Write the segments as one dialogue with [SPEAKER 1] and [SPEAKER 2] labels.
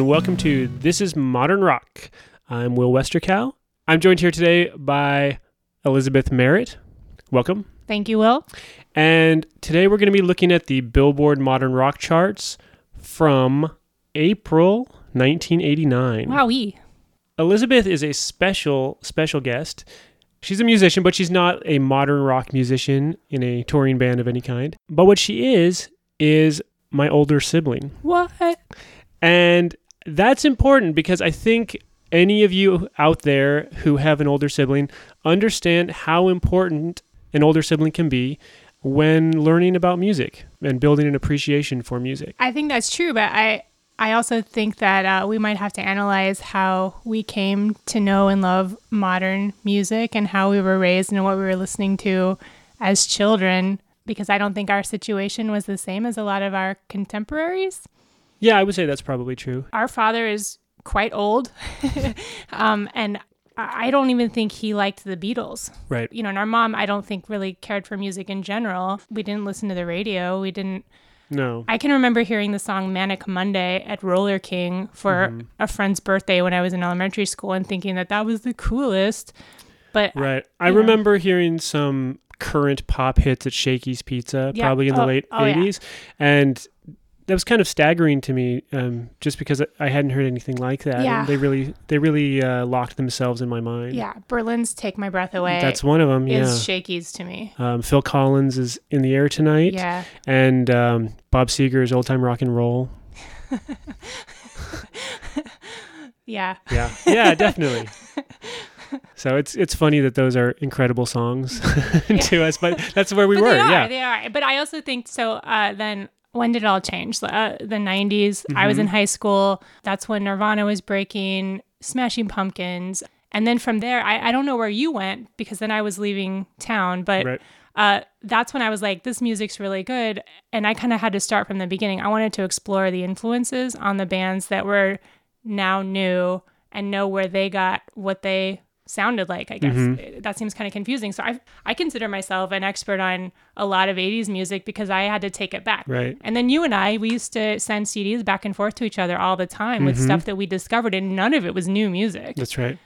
[SPEAKER 1] welcome to This is Modern Rock. I'm Will Westercow. I'm joined here today by Elizabeth Merritt. Welcome.
[SPEAKER 2] Thank you, Will.
[SPEAKER 1] And today we're going to be looking at the Billboard Modern Rock charts from April 1989.
[SPEAKER 2] Wowee.
[SPEAKER 1] Elizabeth is a special, special guest. She's a musician, but she's not a modern rock musician in a touring band of any kind. But what she is, is my older sibling.
[SPEAKER 2] What?
[SPEAKER 1] And that's important because I think any of you out there who have an older sibling understand how important an older sibling can be when learning about music and building an appreciation for music.
[SPEAKER 2] I think that's true, but I I also think that uh, we might have to analyze how we came to know and love modern music and how we were raised and what we were listening to as children because I don't think our situation was the same as a lot of our contemporaries.
[SPEAKER 1] Yeah, I would say that's probably true.
[SPEAKER 2] Our father is quite old, um, and I I don't even think he liked the Beatles.
[SPEAKER 1] Right.
[SPEAKER 2] You know, and our mom, I don't think really cared for music in general. We didn't listen to the radio. We didn't.
[SPEAKER 1] No.
[SPEAKER 2] I can remember hearing the song Manic Monday at Roller King for
[SPEAKER 1] Mm-hmm.
[SPEAKER 2] a friend's birthday when I was in elementary school and thinking that that was the coolest. But
[SPEAKER 1] Right. I remember hearing some current pop hits at Shakey's Pizza,
[SPEAKER 2] Yeah.
[SPEAKER 1] probably in the
[SPEAKER 2] Oh,
[SPEAKER 1] late
[SPEAKER 2] oh, yeah.
[SPEAKER 1] 80s. And that was kind of staggering to me um, just because I hadn't heard anything like that. and
[SPEAKER 2] Yeah.
[SPEAKER 1] They really, they really uh, locked themselves in my mind.
[SPEAKER 2] yeah, Berlin's Take My Breath Away
[SPEAKER 1] That's one of them. Yeah.
[SPEAKER 2] is shakies to me.
[SPEAKER 1] Um, Phil Collins is in the air tonight.
[SPEAKER 2] Yeah.
[SPEAKER 1] And um, Bob Seger's old time rock and roll.
[SPEAKER 2] Yeah.
[SPEAKER 1] Yeah. Yeah, definitely. So it's it's funny that those are incredible songs to us, but that's where we
[SPEAKER 2] But
[SPEAKER 1] were.
[SPEAKER 2] They are.
[SPEAKER 1] yeah.
[SPEAKER 2] They are. But I also think so. Uh, then when did it all change? Uh, the 90s. I was in
[SPEAKER 1] Mm-hmm.
[SPEAKER 2] high school. That's when Nirvana was breaking, Smashing Pumpkins. And then from there, I, I don't know where you went because then I was leaving town. But
[SPEAKER 1] Right.
[SPEAKER 2] uh, that's when I was like, this music's really good. And I kind of had to start from the beginning. I wanted to explore the influences on the bands that were now new and know where they got what they sounded like, I guess.
[SPEAKER 1] Mm-hmm.
[SPEAKER 2] Uh, That seems kind of confusing. So I, I consider myself an expert on a lot of 80s music because I had to take it back.
[SPEAKER 1] Right.
[SPEAKER 2] And then you and I, we used to send CDs back and forth to each other all the time with stuff that we discovered, and none of it was new music.
[SPEAKER 1] Mm-hmm. That's right.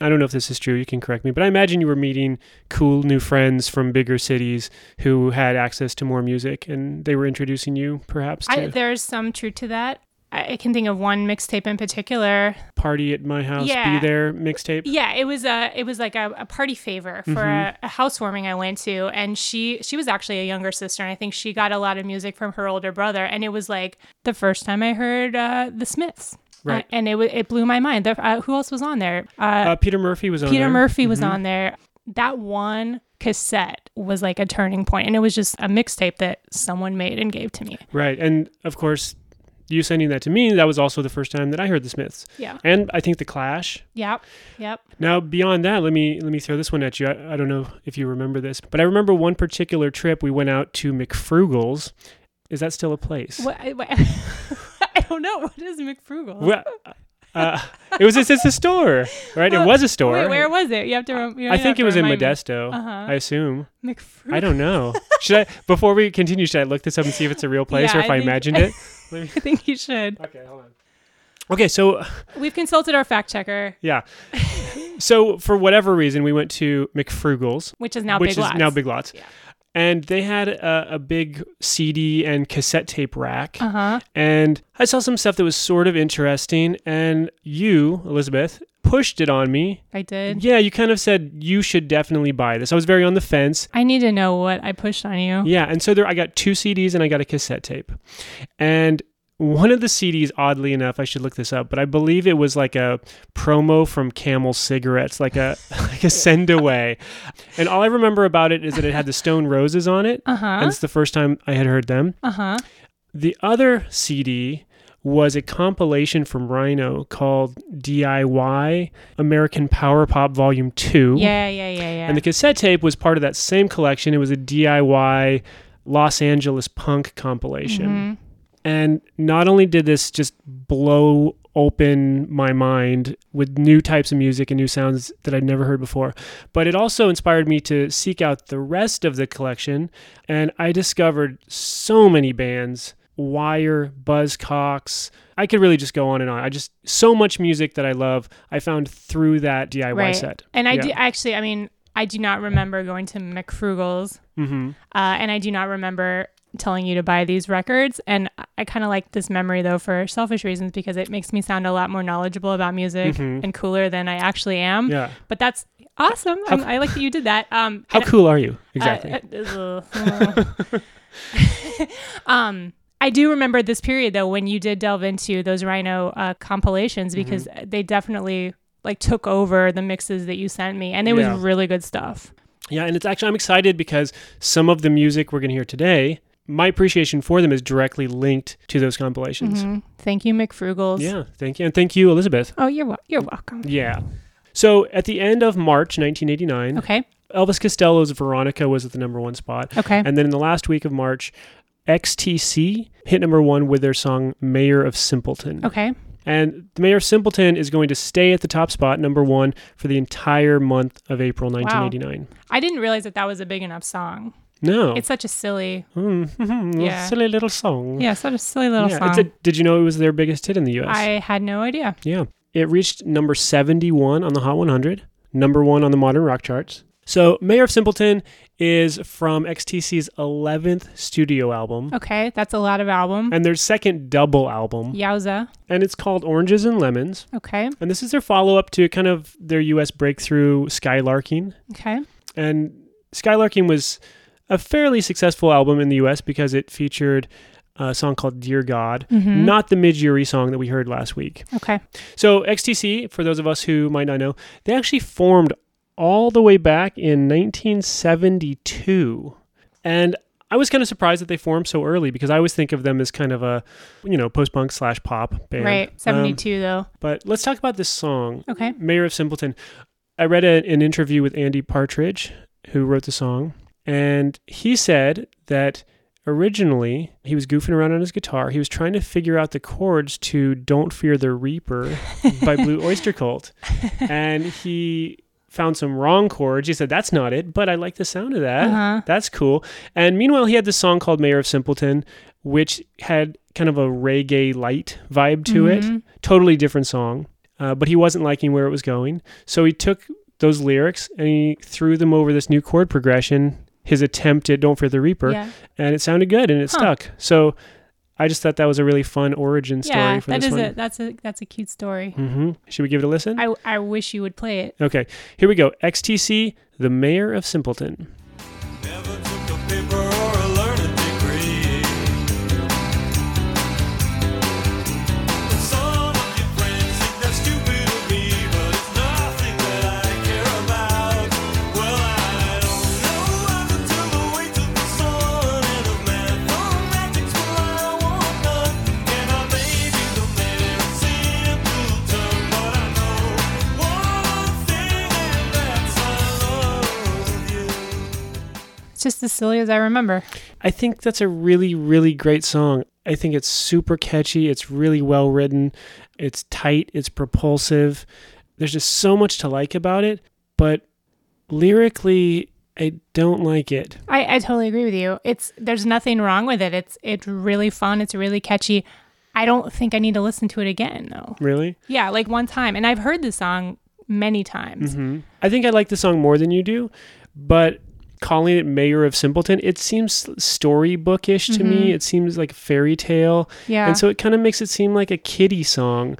[SPEAKER 1] I don't know if this is true. You can correct me, but I imagine you were meeting cool new friends from bigger cities who had access to more music, and they were introducing you perhaps to
[SPEAKER 2] I, there's some truth to that. I I can think of one mixtape in particular
[SPEAKER 1] party at my house,
[SPEAKER 2] Yeah.
[SPEAKER 1] be there mixtape.
[SPEAKER 2] Yeah, it was a it was like a, a party favor for
[SPEAKER 1] Mm-hmm.
[SPEAKER 2] a, a housewarming I went to, and she she was actually a younger sister, and I think she got a lot of music from her older brother, and it was like the first time I heard uh, the Smiths,
[SPEAKER 1] Right.
[SPEAKER 2] Uh, and it wa- it blew my mind. The, uh, who else was on there? Uh,
[SPEAKER 1] Uh, Peter Murphy was on
[SPEAKER 2] Peter
[SPEAKER 1] there. Mm-hmm.
[SPEAKER 2] Murphy was on there. That one cassette was like a turning point, and it was just a mixtape that someone made and gave to me.
[SPEAKER 1] Right, and of course, you sending that to me. That was also the first time that I heard the Smiths,
[SPEAKER 2] Yeah.
[SPEAKER 1] and I think the Clash.
[SPEAKER 2] Yep. Yep.
[SPEAKER 1] Now, beyond that, let me let me throw this one at you. I, I don't know if you remember this, but I remember one particular trip we went out to McFrugal's. Is that still a place?
[SPEAKER 2] What, I- what- I don't know what is McFrugal.
[SPEAKER 1] Well, uh, it was it's, it's a store, right? it
[SPEAKER 2] Well,
[SPEAKER 1] was a store.
[SPEAKER 2] Wait, where was it? You have to. Rem- you
[SPEAKER 1] I
[SPEAKER 2] have
[SPEAKER 1] think
[SPEAKER 2] to
[SPEAKER 1] it was in
[SPEAKER 2] remind me. Uh-huh.
[SPEAKER 1] Modesto. I assume.
[SPEAKER 2] McFrugal.
[SPEAKER 1] I don't know. should I before we continue? Should I look this up and see if it's a real place or
[SPEAKER 2] Yeah,
[SPEAKER 1] if I,
[SPEAKER 2] I think-
[SPEAKER 1] imagined it?
[SPEAKER 2] I think you should.
[SPEAKER 1] Okay, hold on. Okay, so
[SPEAKER 2] We've consulted our fact checker,
[SPEAKER 1] yeah, so for whatever reason, we went to McFrugal's,
[SPEAKER 2] which is now
[SPEAKER 1] which is
[SPEAKER 2] Big Lots.
[SPEAKER 1] now Big Lots, and they had a, a big CD and cassette tape rack.
[SPEAKER 2] Uh huh.
[SPEAKER 1] and I saw some stuff that was sort of interesting. And you, Elizabeth, pushed it on me.
[SPEAKER 2] I did.
[SPEAKER 1] Yeah, you kind of said you should definitely buy this. I was very on the fence.
[SPEAKER 2] I need to know what I pushed on you.
[SPEAKER 1] Yeah, and so there I got two CDs and I got a cassette tape. And one of the CDs, oddly enough, I should look this up, but I believe it was like a promo from Camel cigarettes, like a like a send away. And all I remember about it is that it had the Stone Roses on it.
[SPEAKER 2] Uh
[SPEAKER 1] And
[SPEAKER 2] huh.
[SPEAKER 1] it's the first time I had heard them.
[SPEAKER 2] Uh huh.
[SPEAKER 1] The other CD was a compilation from Rhino called DIY American Power Pop Volume 2.
[SPEAKER 2] Yeah, yeah, yeah, yeah.
[SPEAKER 1] And the cassette tape was part of that same collection. It was a DIY Los Angeles punk compilation.
[SPEAKER 2] Mhm.
[SPEAKER 1] And not only did this just blow open my mind with new types of music and new sounds that I'd never heard before, but it also inspired me to seek out the rest of the collection. And I discovered so many bands Wire, Buzzcocks. I could really just go on and on. I just so much music that I love. I found through that DIY
[SPEAKER 2] Right.
[SPEAKER 1] set.
[SPEAKER 2] And I
[SPEAKER 1] Yeah.
[SPEAKER 2] do actually, I mean, I do not remember going to McFrugal's,
[SPEAKER 1] Mm-hmm.
[SPEAKER 2] uh, and I do not remember telling you to buy these records. And I- I kind of like this memory though for selfish reasons because it makes me sound a lot more knowledgeable about music
[SPEAKER 1] Mhm.
[SPEAKER 2] and cooler than I actually am.
[SPEAKER 1] Yeah.
[SPEAKER 2] But that's awesome. Um, I like that you did that. Um,
[SPEAKER 1] How
[SPEAKER 2] and-
[SPEAKER 1] cool are you?
[SPEAKER 2] uh,
[SPEAKER 1] Exactly.
[SPEAKER 2] uh, ugh, ugh. um, I do remember this period though when you did delve into those Rhino uh, compilations
[SPEAKER 1] Mm-hmm.
[SPEAKER 2] because they definitely like took over the mixes that you sent me, and it
[SPEAKER 1] Yeah.
[SPEAKER 2] was really good stuff.
[SPEAKER 1] Yeah, and it's actually I'm excited because some of the music we're going to hear today, my appreciation for them is directly linked to those compilations.
[SPEAKER 2] Mhm. Thank you, McFrugals.
[SPEAKER 1] Yeah, thank you, and thank you, Elizabeth.
[SPEAKER 2] Oh, you're wel- you're welcome.
[SPEAKER 1] Yeah. So at the end of March 1989,
[SPEAKER 2] Okay.
[SPEAKER 1] Elvis Costello's Veronica was at the number one spot,
[SPEAKER 2] Okay.
[SPEAKER 1] and then in the last week of March, XTC hit number one with their song "Mayor of Simpleton."
[SPEAKER 2] okay.
[SPEAKER 1] And the Mayor of Simpleton is going to stay at the top spot, number one, for the entire month of April 1989.
[SPEAKER 2] I didn't realize that that was a big enough song.
[SPEAKER 1] No,
[SPEAKER 2] It's such a silly,
[SPEAKER 1] Mm,
[SPEAKER 2] Yeah.
[SPEAKER 1] silly little song.
[SPEAKER 2] yeah, such a silly little
[SPEAKER 1] Yeah, it's
[SPEAKER 2] song.
[SPEAKER 1] a- did you know it was their biggest hit in the U.S.?
[SPEAKER 2] I had no idea.
[SPEAKER 1] yeah, it reached number seventy-one on the Hot 100, number one on the modern rock charts. So, Mayor of Simpleton is from XTC's eleventh studio album
[SPEAKER 2] Okay, that's a lot of album.
[SPEAKER 1] and their second double album,
[SPEAKER 2] Yowza.
[SPEAKER 1] and it's called Oranges and Lemons.
[SPEAKER 2] Okay.
[SPEAKER 1] And this is their follow-up to kind of their U.S. breakthrough, Skylarking.
[SPEAKER 2] Okay.
[SPEAKER 1] And Skylarking was a fairly successful album in the US because it featured a song called Dear God,
[SPEAKER 2] Mhm.
[SPEAKER 1] not the mid Yuri song that we heard last week.
[SPEAKER 2] Okay.
[SPEAKER 1] So, XTC, for those of us who might not know, they actually formed all the way back in 1972. And I was kind of surprised that they formed so early because I always think of them as kind of a, you know, post punk slash pop band. Um,
[SPEAKER 2] Right. 72 though.
[SPEAKER 1] but let's talk about this song.
[SPEAKER 2] Okay.
[SPEAKER 1] Mayor of Simpleton. I read a, an interview with Andy Partridge, who wrote the song, and he said that originally he was goofing around on his guitar. He was trying to figure out the chords to Don't Fear the Reaper by Blue Oyster Cult, and he found some wrong chords. He said, That's not it, but I like the sound of that.
[SPEAKER 2] Uh-huh.
[SPEAKER 1] That's cool. And meanwhile, he had this song called Mayor of Simpleton, which had kind of a reggae light vibe to it.
[SPEAKER 2] Mhm.
[SPEAKER 1] Totally different song. Uh, but he wasn't liking where it was going. So he took those lyrics and he threw them over this new chord progression, his attempt at Don't Fear the Reaper,
[SPEAKER 2] Yeah.
[SPEAKER 1] and it sounded good and it
[SPEAKER 2] Huh.
[SPEAKER 1] stuck. So I just thought that was a really fun origin story
[SPEAKER 2] Yeah.
[SPEAKER 1] for
[SPEAKER 2] That
[SPEAKER 1] this
[SPEAKER 2] is
[SPEAKER 1] one.
[SPEAKER 2] a that's a that's a cute story.
[SPEAKER 1] hmm Should we give it a listen?
[SPEAKER 2] I I wish you would play it.
[SPEAKER 1] okay, here we go. XTC, The Mayor of Simpleton.
[SPEAKER 3] Never took a paper or a learned degree. Some of your friends think that's stupid of me, but it's nothing that I care about. Well, I don't know up until the weight of the sun and of mathematics. Well, I want none, and I may be the man in simpleton, but I know one thing, and that's I love you.
[SPEAKER 2] It's just as silly as I remember.
[SPEAKER 1] I think that's a really, really great song. I think it's super catchy. It's really well written. It's tight. It's propulsive. There's just so much to like about it. But lyrically, I don't like it.
[SPEAKER 2] I I totally agree with you. It's there's nothing wrong with it. It's it's really fun. It's really catchy. I don't think I need to listen to it again though.
[SPEAKER 1] Really?
[SPEAKER 2] Yeah, like one time, and I've heard this song many times.
[SPEAKER 1] hmm I think I like the song more than you do. But calling it Mayor of Simpleton, it seems storybookish to me. It seems like a fairy tale.
[SPEAKER 2] Mm-hmm. Yeah.
[SPEAKER 1] And so it kind of makes it seem like a kiddie song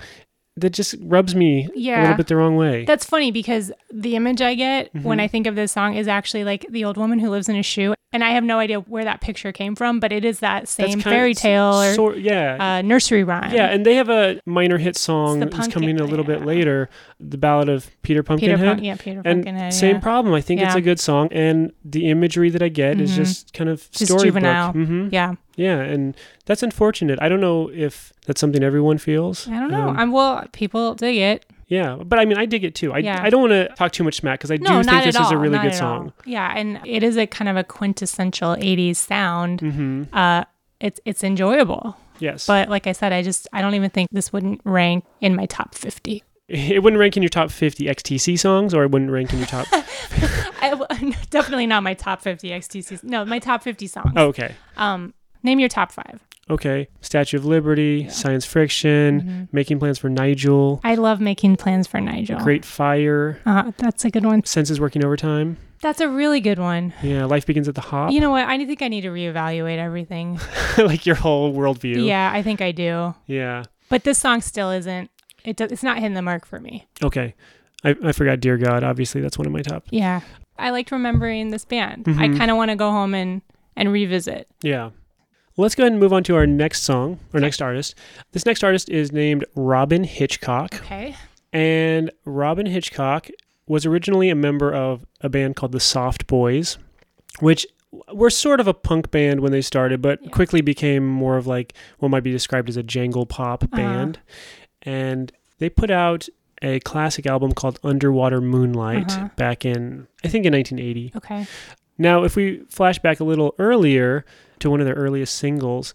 [SPEAKER 1] that just rubs me a
[SPEAKER 2] Yeah.
[SPEAKER 1] little bit the wrong way.
[SPEAKER 2] That's funny because the image I get when
[SPEAKER 1] Mm-hmm.
[SPEAKER 2] I think of this song is actually like the old woman who lives in a shoe, and I have no idea where that picture came from, but it is that
[SPEAKER 1] That's
[SPEAKER 2] same
[SPEAKER 1] kinda-
[SPEAKER 2] fairy tale or
[SPEAKER 1] sor- yeah.
[SPEAKER 2] uh, nursery rhyme.
[SPEAKER 1] Yeah, and they have a minor hit song
[SPEAKER 2] the
[SPEAKER 1] that's
[SPEAKER 2] pumpkin-
[SPEAKER 1] coming a little bit
[SPEAKER 2] yeah.
[SPEAKER 1] later, the ballad of Peter
[SPEAKER 2] Peter
[SPEAKER 1] Pumpkinhead.
[SPEAKER 2] Punk, yeah, Peter
[SPEAKER 1] And
[SPEAKER 2] Pumpkinhead.
[SPEAKER 1] same
[SPEAKER 2] yeah.
[SPEAKER 1] problem. I think it's
[SPEAKER 2] Yeah. Mm-hmm.
[SPEAKER 1] a good song, and the imagery that I get is just kind of
[SPEAKER 2] Just
[SPEAKER 1] storybook.
[SPEAKER 2] juvenile.
[SPEAKER 1] hmm
[SPEAKER 2] yeah,
[SPEAKER 1] Yeah, and that's unfortunate. I don't know if that's something everyone feels.
[SPEAKER 2] I don't know.
[SPEAKER 1] Um,
[SPEAKER 2] I'm well, people dig it.
[SPEAKER 1] yeah, but I mean, I dig it too. I,
[SPEAKER 2] Yeah.
[SPEAKER 1] I don't want to talk too much smack because I
[SPEAKER 2] No,
[SPEAKER 1] do
[SPEAKER 2] not
[SPEAKER 1] think this
[SPEAKER 2] at all.
[SPEAKER 1] is a really
[SPEAKER 2] not
[SPEAKER 1] good
[SPEAKER 2] at
[SPEAKER 1] song.
[SPEAKER 2] all. Yeah, and it is a kind of a quintessential '80s sound.
[SPEAKER 1] Mm-hmm.
[SPEAKER 2] Uh, it's it's enjoyable,
[SPEAKER 1] Yes,
[SPEAKER 2] but like I said, I just I don't even think this wouldn't rank in my top 50.
[SPEAKER 1] it wouldn't rank in your top 50 XTC songs, or it wouldn't rank in your top.
[SPEAKER 2] I, w- definitely not my top 50 XTCs. No, my top 50 songs.
[SPEAKER 1] oh, okay.
[SPEAKER 2] Um, name your top five.
[SPEAKER 1] okay, Statue of Liberty, Science Friction,
[SPEAKER 2] Mm-hmm.
[SPEAKER 1] Making Plans for Nigel,
[SPEAKER 2] I love making plans for Nigel.
[SPEAKER 1] Great Fire,
[SPEAKER 2] Uh, that's a good one.
[SPEAKER 1] Senses Working Overtime.
[SPEAKER 2] That's a really good one.
[SPEAKER 1] Yeah, Life Begins at the Hop.
[SPEAKER 2] You know what? I think I need to reevaluate everything.
[SPEAKER 1] like your whole worldview.
[SPEAKER 2] Yeah, I think I do.
[SPEAKER 1] Yeah.
[SPEAKER 2] But this song still isn't. It does, it's not hitting the mark for me.
[SPEAKER 1] Okay. I, I forgot Dear God. Obviously, that's one of my top.
[SPEAKER 2] Yeah, I liked remembering this band. I
[SPEAKER 1] Mm-hmm.
[SPEAKER 2] kind of want to go home and and revisit.
[SPEAKER 1] Yeah. Let's go ahead and move on to our next song, or next artist. This next artist is named Robin Hitchcock.
[SPEAKER 2] Okay.
[SPEAKER 1] And Robin Hitchcock was originally a member of a band called the Soft Boys, which were sort of a punk band when they started, but
[SPEAKER 2] Yeah.
[SPEAKER 1] quickly became more of like what might be described as a jangle pop
[SPEAKER 2] Uh-huh.
[SPEAKER 1] band. And they put out a classic album called Underwater Moonlight
[SPEAKER 2] Uh-huh.
[SPEAKER 1] back in, I think, in 1980.
[SPEAKER 2] Okay.
[SPEAKER 1] Now, if we flash back a little earlier to one of their earliest singles,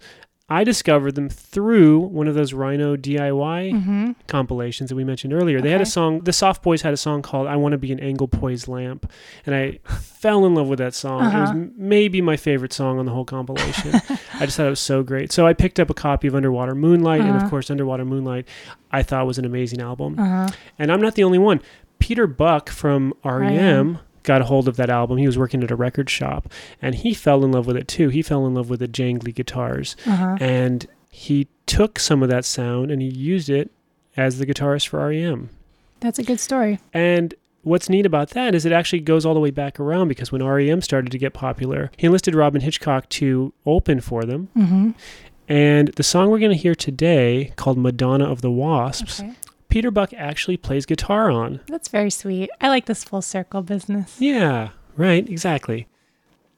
[SPEAKER 1] I discovered them through one of those Rhino DIY
[SPEAKER 2] Mm-hmm.
[SPEAKER 1] compilations that we mentioned earlier. They had a
[SPEAKER 2] Okay.
[SPEAKER 1] song, the Soft Boys had a song called I Want to Be an Angle Poised Lamp. And I fell in love with that song. It was
[SPEAKER 2] Uh-huh.
[SPEAKER 1] m- maybe my favorite song on the whole compilation. I just thought it was so great. So I picked up a copy of Underwater Moonlight. And of
[SPEAKER 2] Uh-huh.
[SPEAKER 1] course, Underwater Moonlight I thought was an amazing album.
[SPEAKER 2] Uh huh.
[SPEAKER 1] And I'm not the only one. Peter Buck from REM
[SPEAKER 2] R.E.M..
[SPEAKER 1] got a hold of that album. He was working at a record shop and he fell in love with it too. He fell in love with the jangly guitars
[SPEAKER 2] Uh huh.
[SPEAKER 1] and he took some of that sound and he used it as the guitarist for REM.
[SPEAKER 2] That's a good story.
[SPEAKER 1] And what's neat about that is it actually goes all the way back around because when REM started to get popular, he enlisted Robin Hitchcock to open for them.
[SPEAKER 2] Mm-hmm.
[SPEAKER 1] And the song we're going to hear today called Madonna of the Wasps,
[SPEAKER 2] Okay.
[SPEAKER 1] Peter Buck actually plays guitar on.
[SPEAKER 2] That's very sweet. I like this full circle business.
[SPEAKER 1] Yeah, right, exactly.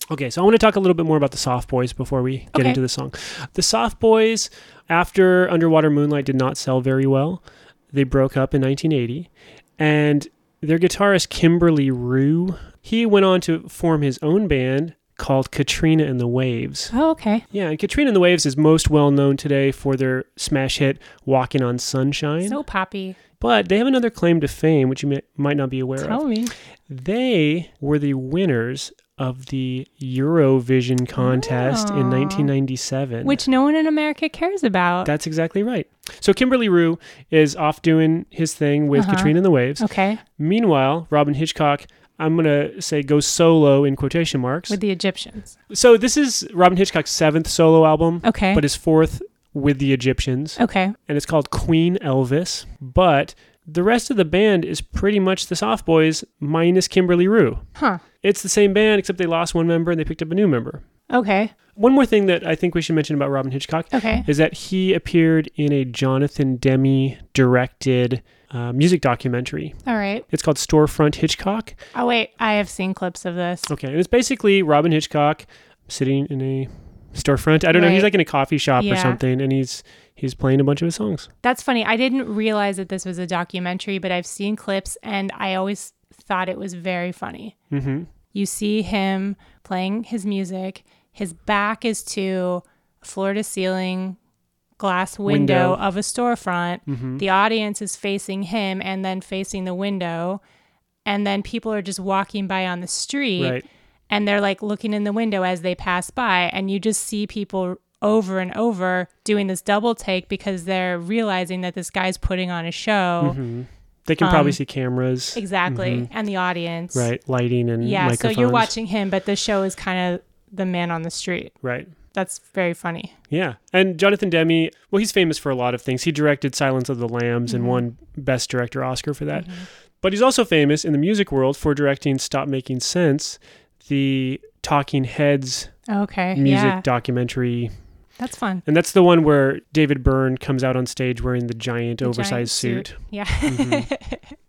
[SPEAKER 1] Okay, so I want to talk a little bit more about the Soft Boys before we get
[SPEAKER 2] Okay.
[SPEAKER 1] into the song. The Soft Boys, after Underwater Moonlight did not sell very well, they broke up in 1980, and their guitarist Kimberly Rue, he went on to form his own band called Katrina and the Waves.
[SPEAKER 2] Oh, okay.
[SPEAKER 1] Yeah, and Katrina and the Waves is most well known today for their smash hit "Walking on Sunshine,"
[SPEAKER 2] So poppy.
[SPEAKER 1] but they have another claim to fame which you may, might not be aware of
[SPEAKER 2] Tell me.
[SPEAKER 1] they were the winners of the Eurovision contest in
[SPEAKER 2] Oh.
[SPEAKER 1] 1997.
[SPEAKER 2] Which no one in America cares about.
[SPEAKER 1] that's exactly right. So Kimberly Rue is off doing his thing with
[SPEAKER 2] Uh-huh.
[SPEAKER 1] Katrina and the Waves.
[SPEAKER 2] okay.
[SPEAKER 1] Meanwhile, Robin Hitchcock, I'm gonna say go solo in quotation marks.
[SPEAKER 2] With the Egyptians.
[SPEAKER 1] so this is Robin Hitchcock's seventh solo album,
[SPEAKER 2] Okay. Oh.
[SPEAKER 1] but his fourth with the Egyptians,
[SPEAKER 2] okay.
[SPEAKER 1] and it's called Queen Elvis. But the rest of the band is pretty much the Soft Boys minus Kimberly Rue.
[SPEAKER 2] Huh.
[SPEAKER 1] It's the same band, except they lost one member and they picked up a new member.
[SPEAKER 2] Okay.
[SPEAKER 1] One more thing that I think we should mention about Robin Hitchcock
[SPEAKER 2] Okay.
[SPEAKER 1] is that he appeared in a Jonathan Demi directed uh, music documentary.
[SPEAKER 2] All right.
[SPEAKER 1] It's called Storefront Hitchcock.
[SPEAKER 2] Oh wait, I have seen clips of this.
[SPEAKER 1] Okay, and it's basically Robin Hitchcock sitting in a storefront. I don't know. He's
[SPEAKER 2] Right.
[SPEAKER 1] like in a coffee shop or
[SPEAKER 2] Yeah.
[SPEAKER 1] something, and he's he's playing a bunch of his songs.
[SPEAKER 2] That's funny. I didn't realize that this was a documentary, but I've seen clips and I always thought it was very funny.
[SPEAKER 1] Mm-hmm.
[SPEAKER 2] You see him playing his music. His back is to floor to ceiling glass window,
[SPEAKER 1] Window. Mm-hmm.
[SPEAKER 2] of a storefront. The audience is facing him and then facing the window. And then people are just walking by on the street
[SPEAKER 1] Right.
[SPEAKER 2] and they're like looking in the window as they pass by. And you just see people over and over doing this double take because they're realizing that this guy's putting on a show.
[SPEAKER 1] Mm-hmm. They can
[SPEAKER 2] Um,
[SPEAKER 1] probably see cameras,
[SPEAKER 2] Exactly. And the audience.
[SPEAKER 1] Mm-hmm. right, lighting, and
[SPEAKER 2] Yeah, so
[SPEAKER 1] microphones.
[SPEAKER 2] you're watching him, but the show is kind of the man on the street.
[SPEAKER 1] right.
[SPEAKER 2] That's very funny.
[SPEAKER 1] Yeah. And Jonathan Demi, well, he's famous for a lot of things. He directed Silence of the Lambs
[SPEAKER 2] Mm-hmm.
[SPEAKER 1] and won Best Director Oscar for that. But he's also famous in the music world for directing Stop Making Sense, the Talking Heads
[SPEAKER 2] Okay.
[SPEAKER 1] music
[SPEAKER 2] Eh, yeah.
[SPEAKER 1] documentary.
[SPEAKER 2] that's fun.
[SPEAKER 1] And that's the one where David Byrne comes out on stage wearing the giant
[SPEAKER 2] The
[SPEAKER 1] oversized
[SPEAKER 2] giant
[SPEAKER 1] suit.
[SPEAKER 2] Yeah.
[SPEAKER 1] Mm-hmm.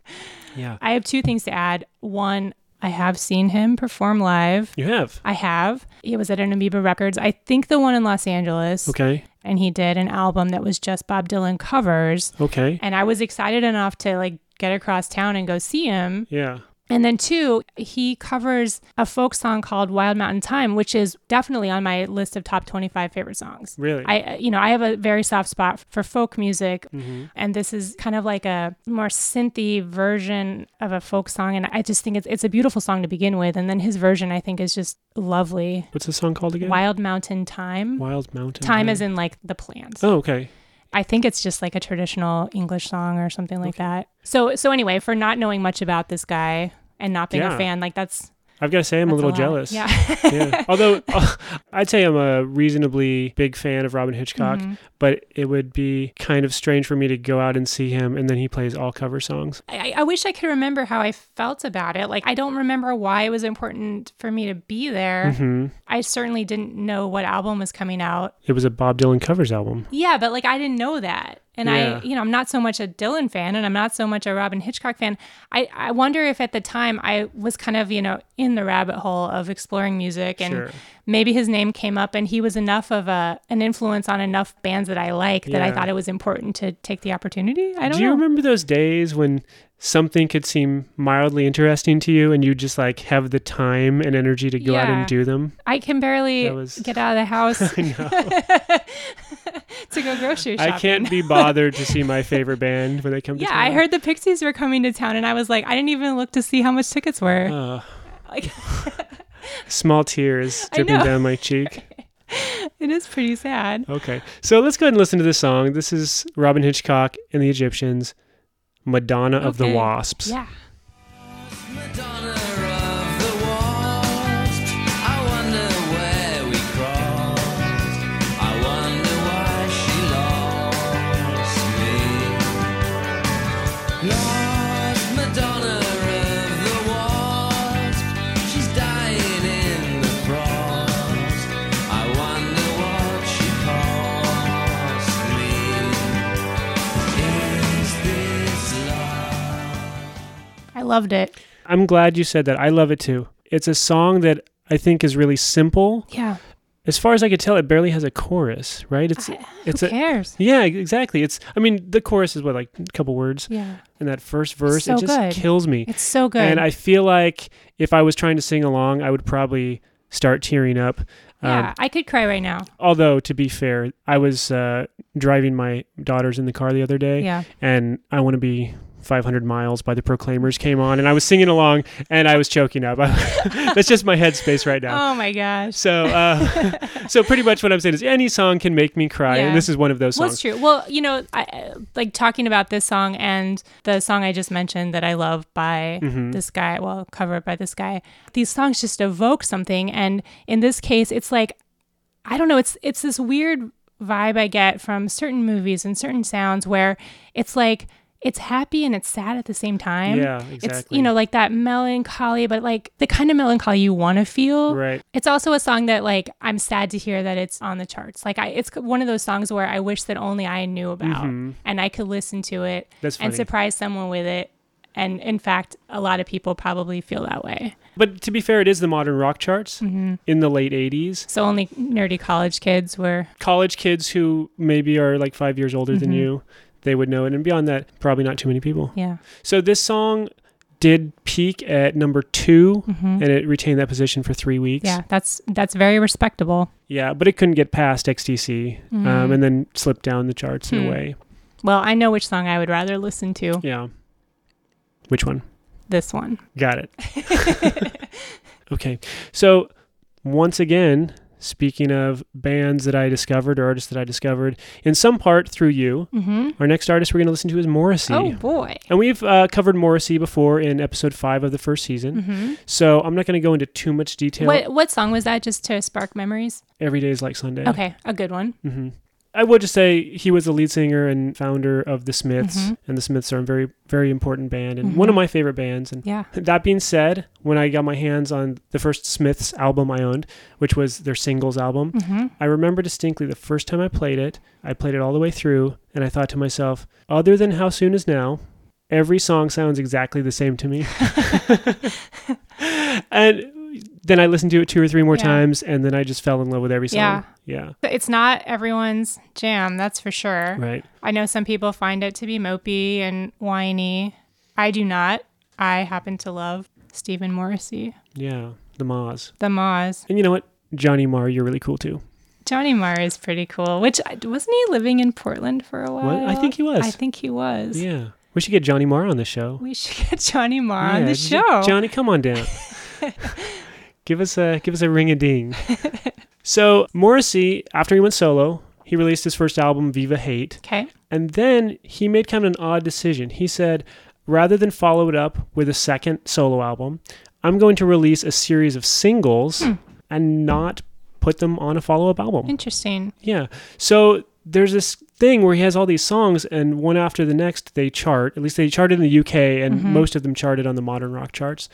[SPEAKER 1] Yeah.
[SPEAKER 2] I have two things to add. One, I have seen him perform live.
[SPEAKER 1] You have.
[SPEAKER 2] I have. It was at an Amoeba Records, I think the one in Los Angeles.
[SPEAKER 1] Okay.
[SPEAKER 2] And he did an album that was just Bob Dylan covers.
[SPEAKER 1] Okay.
[SPEAKER 2] And I was excited enough to like get across town and go see him.
[SPEAKER 1] Yeah.
[SPEAKER 2] And then two, he covers a folk song called Wild Mountain Time, which is definitely on my list of top 25 favorite songs.
[SPEAKER 1] Really?
[SPEAKER 2] I uh, you know, I have a very soft spot for folk music
[SPEAKER 1] Mm-hmm.
[SPEAKER 2] and this is kind of like a more synthy version of a folk song and I just think it's it's a beautiful song to begin with and then his version I think is just lovely.
[SPEAKER 1] What's the song called again?
[SPEAKER 2] Wild Mountain Time.
[SPEAKER 1] Wild Mountain.
[SPEAKER 2] Time as in like the plans.
[SPEAKER 1] Oh, okay.
[SPEAKER 2] I think it's just like a traditional English song or something like that. So so anyway, for not knowing much about this guy and not being
[SPEAKER 1] Yeah.
[SPEAKER 2] a fan, like that's
[SPEAKER 1] I've got to say, I'm a
[SPEAKER 2] that's
[SPEAKER 1] little
[SPEAKER 2] lot.
[SPEAKER 1] jealous.
[SPEAKER 2] Yeah.
[SPEAKER 1] yeah. Although uh, I'd say I'm a reasonably big fan of Robin Hitchcock,
[SPEAKER 2] Mm-hmm.
[SPEAKER 1] but it would be kind of strange for me to go out and see him and then he plays all cover songs.
[SPEAKER 2] I, I wish I could remember how I felt about it. Like I don't remember why it was important for me to be there.
[SPEAKER 1] Mm-hmm.
[SPEAKER 2] I certainly didn't know what album was coming out.
[SPEAKER 1] It was a Bob Dylan covers album.
[SPEAKER 2] Yeah, but like I didn't know that. And
[SPEAKER 1] Yeah.
[SPEAKER 2] I, you know, I'm not so much a Dylan fan and I'm not so much a Robin Hitchcock fan. I, I wonder if at the time I was kind of, you know, in the rabbit hole of exploring music and
[SPEAKER 1] Sure.
[SPEAKER 2] maybe his name came up and he was enough of a an influence on enough bands that I like that I
[SPEAKER 1] Yeah.
[SPEAKER 2] thought it was important to take the opportunity. I don't
[SPEAKER 1] Do you
[SPEAKER 2] know.
[SPEAKER 1] remember those days when something could seem mildly interesting to you and you just like have the time and energy to go out
[SPEAKER 2] Yeah.
[SPEAKER 1] and do them?
[SPEAKER 2] I can barely
[SPEAKER 1] That was-
[SPEAKER 2] get out of the house
[SPEAKER 1] I
[SPEAKER 2] to
[SPEAKER 1] know.
[SPEAKER 2] go grocery shopping.
[SPEAKER 1] I can't be bothered to see my favorite band when they come to
[SPEAKER 2] Yeah,
[SPEAKER 1] town.
[SPEAKER 2] I heard the Pixies were coming to town, and I was like, I didn't even look to see how much tickets were.
[SPEAKER 1] Uh,
[SPEAKER 2] Like,
[SPEAKER 1] small tears
[SPEAKER 2] I
[SPEAKER 1] dripping
[SPEAKER 2] know.
[SPEAKER 1] down my cheek.
[SPEAKER 2] it is pretty sad.
[SPEAKER 1] Okay. So let's go ahead and listen to this song. This is Robin Hitchcock and the Egyptians, Madonna of the
[SPEAKER 2] Okay.
[SPEAKER 1] Wasps.
[SPEAKER 2] Yeah.
[SPEAKER 4] Madonna of the Wasp. I wonder where we crossed. I wonder why she lost me. Lost Madonna of the Wasp. She's dying in the frost. I wonder what she cost me. Is this love?
[SPEAKER 2] I loved it.
[SPEAKER 1] I'm glad you said that. I love it too. It's a song that I think is really simple.
[SPEAKER 2] Yeah.
[SPEAKER 1] As far as I could tell, it barely has a chorus, right? It's it's
[SPEAKER 2] Who
[SPEAKER 1] a
[SPEAKER 2] cares?
[SPEAKER 1] yeah, exactly. It's I mean the chorus is what like a couple words,
[SPEAKER 2] Yeah.
[SPEAKER 1] and that first verse
[SPEAKER 2] so
[SPEAKER 1] it just
[SPEAKER 2] good.
[SPEAKER 1] kills me.
[SPEAKER 2] It's so good.
[SPEAKER 1] And I um, feel like if I was trying to sing along, I would probably start tearing up.
[SPEAKER 2] yeah,
[SPEAKER 1] Um,
[SPEAKER 2] I could cry right now.
[SPEAKER 1] although to be fair, I was uh, driving my daughters in the car the other day,
[SPEAKER 2] Yeah.
[SPEAKER 1] and I want to be 500 miles by the Proclaimers came on, and I was singing along, and I was choking up. That's just my headspace right now.
[SPEAKER 2] Oh my gosh.
[SPEAKER 1] So, uh, so pretty much what I'm saying is any song can make me cry,
[SPEAKER 2] Yeah.
[SPEAKER 1] and this is one of those
[SPEAKER 2] Well,
[SPEAKER 1] songs.
[SPEAKER 2] it's true. Well, you know, I, uh, like talking about this song and the song I just mentioned that I love by
[SPEAKER 1] Mm-hmm.
[SPEAKER 2] this guy, well, covered by this guy. These songs just evoke something, and in this case, it's like I don't know. It's it's this weird vibe I get from certain movies and certain sounds where it's like it's happy and it's sad at the same time.
[SPEAKER 1] Yeah,
[SPEAKER 2] It's
[SPEAKER 1] exactly.
[SPEAKER 2] you know like that melancholy, but like the kind of melancholy you want to feel.
[SPEAKER 1] Right.
[SPEAKER 2] It's also a song that like I'm sad to hear that it's on the charts. Like I, it's c- one of those songs where I wish that only I knew about and I could listen to it
[SPEAKER 1] That's
[SPEAKER 2] and
[SPEAKER 1] funny.
[SPEAKER 2] surprise someone with it. And in fact, a lot of people probably feel that way.
[SPEAKER 1] But to be fair, it is the modern rock charts
[SPEAKER 2] Mm-hmm.
[SPEAKER 1] in the late 80s.
[SPEAKER 2] So only nerdy college kids were
[SPEAKER 1] College kids who maybe are like five years older
[SPEAKER 2] Mm-hmm.
[SPEAKER 1] than you, they would know it, and beyond that, probably not too many people.
[SPEAKER 2] yeah.
[SPEAKER 1] So this song did peak at number 2 and it retained that position for three weeks.
[SPEAKER 2] Mm-hmm. Yeah, that's that's very respectable.
[SPEAKER 1] Yeah, but it couldn't get past XTC um, and then slipped down the charts in
[SPEAKER 2] Mm-hmm. Hmm.
[SPEAKER 1] a way.
[SPEAKER 2] Well, I know which song I would rather listen to.
[SPEAKER 1] Yeah. Which one?
[SPEAKER 2] This one.
[SPEAKER 1] Got it. okay. So once again, speaking of bands that I discovered or artists that I discovered, in some part through you,
[SPEAKER 2] Mm-hmm.
[SPEAKER 1] our next artist we're going to listen to is Morrissey.
[SPEAKER 2] Oh boy.
[SPEAKER 1] And we've uh, covered Morrissey before in episode five of the first season.
[SPEAKER 2] Mhm.
[SPEAKER 1] So I'm not going to go into too much detail.
[SPEAKER 2] What what song was that? Just to spark memories.
[SPEAKER 1] Every day is like Sunday.
[SPEAKER 2] Okay, a good one.
[SPEAKER 1] hmm I would just say he was the lead singer and founder of the Smiths,
[SPEAKER 2] Mhm.
[SPEAKER 1] and the Smiths are a very, very important band and one of my favorite bands. And
[SPEAKER 2] Yeah.
[SPEAKER 1] that being said, when I got my hands on the first Smiths album I owned, which was their singles album,
[SPEAKER 2] Mm-hmm.
[SPEAKER 1] I remember distinctly the first time I played it. I played it all the way through, and I thought to myself, other than How Soon Is Now, every song sounds exactly the same to me. and then I listened to it two or three more
[SPEAKER 2] Yeah.
[SPEAKER 1] times, and then I just fell in love with every song.
[SPEAKER 2] Yeah.
[SPEAKER 1] Yeah.
[SPEAKER 2] It's not everyone's jam, that's for sure.
[SPEAKER 1] Right.
[SPEAKER 2] I know some people find it to be mopey and whiny. I do not. I happen to love Stephen Morrissey,
[SPEAKER 1] Yeah, the Moz.
[SPEAKER 2] the Moz.
[SPEAKER 1] And you know what? Johnny Marr, you're really cool too.
[SPEAKER 2] Johnny Marr is pretty cool. Which wasn't he living in Portland for a while?
[SPEAKER 1] I think he was.
[SPEAKER 2] I think he was.
[SPEAKER 1] Yeah. We should get Johnny Marr on the show.
[SPEAKER 2] We should get Johnny Marr on
[SPEAKER 1] Yeah,
[SPEAKER 2] the
[SPEAKER 1] j-
[SPEAKER 2] show.
[SPEAKER 1] Johnny, come on down. give us a give us a ring a ding. so Morrissey, after he went solo, he released his first album, Viva Hate.
[SPEAKER 2] okay.
[SPEAKER 1] And then he made kind of an odd decision. He said, rather than follow it up with a second solo album, I'm going to release a series of singles
[SPEAKER 2] Hmm.
[SPEAKER 1] and not put them on a follow up album.
[SPEAKER 2] Interesting.
[SPEAKER 1] Yeah. So there's this thing where he has all these songs, and one after the next, they chart. At least they charted in the UK, and most of them charted on the modern rock charts.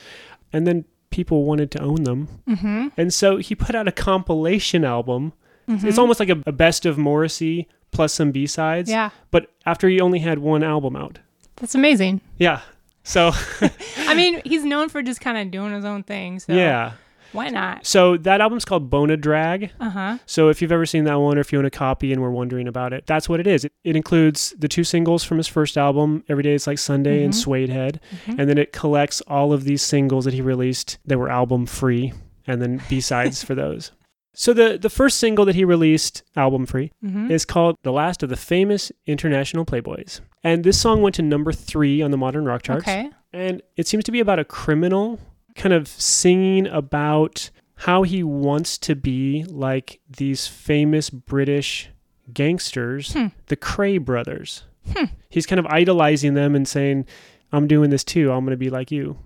[SPEAKER 1] And then people wanted to own them. Mm-hmm. And so he put out a compilation album. It's almost like a, a best of Morrissey plus some B sides.
[SPEAKER 2] Yeah.
[SPEAKER 1] But after he only had one album out.
[SPEAKER 2] That's amazing.
[SPEAKER 1] Yeah. So,
[SPEAKER 2] I mean, he's known for just kind of doing his own thing. So
[SPEAKER 1] yeah.
[SPEAKER 2] why not?
[SPEAKER 1] So that album's called Bona Drag.
[SPEAKER 2] Uh huh.
[SPEAKER 1] So if you've ever seen that one or if you own a copy and were wondering about it, that's what it is. It, it includes the two singles from his first album, Every Day It's Like Sunday and Suede Head. And then it collects all of these singles that he released that were album free and then B-sides for those. So the, the first single that he released, album free,
[SPEAKER 2] mm-hmm.
[SPEAKER 1] is called The Last of the Famous International Playboys. And this song went to number three on the modern rock charts.
[SPEAKER 2] Okay.
[SPEAKER 1] And it seems to be about a criminal kind of singing about how he wants to be like these famous British gangsters,
[SPEAKER 2] Hmm.
[SPEAKER 1] the Cray brothers. He's kind of idolizing them and saying, I'm doing this too. I'm going to be like you.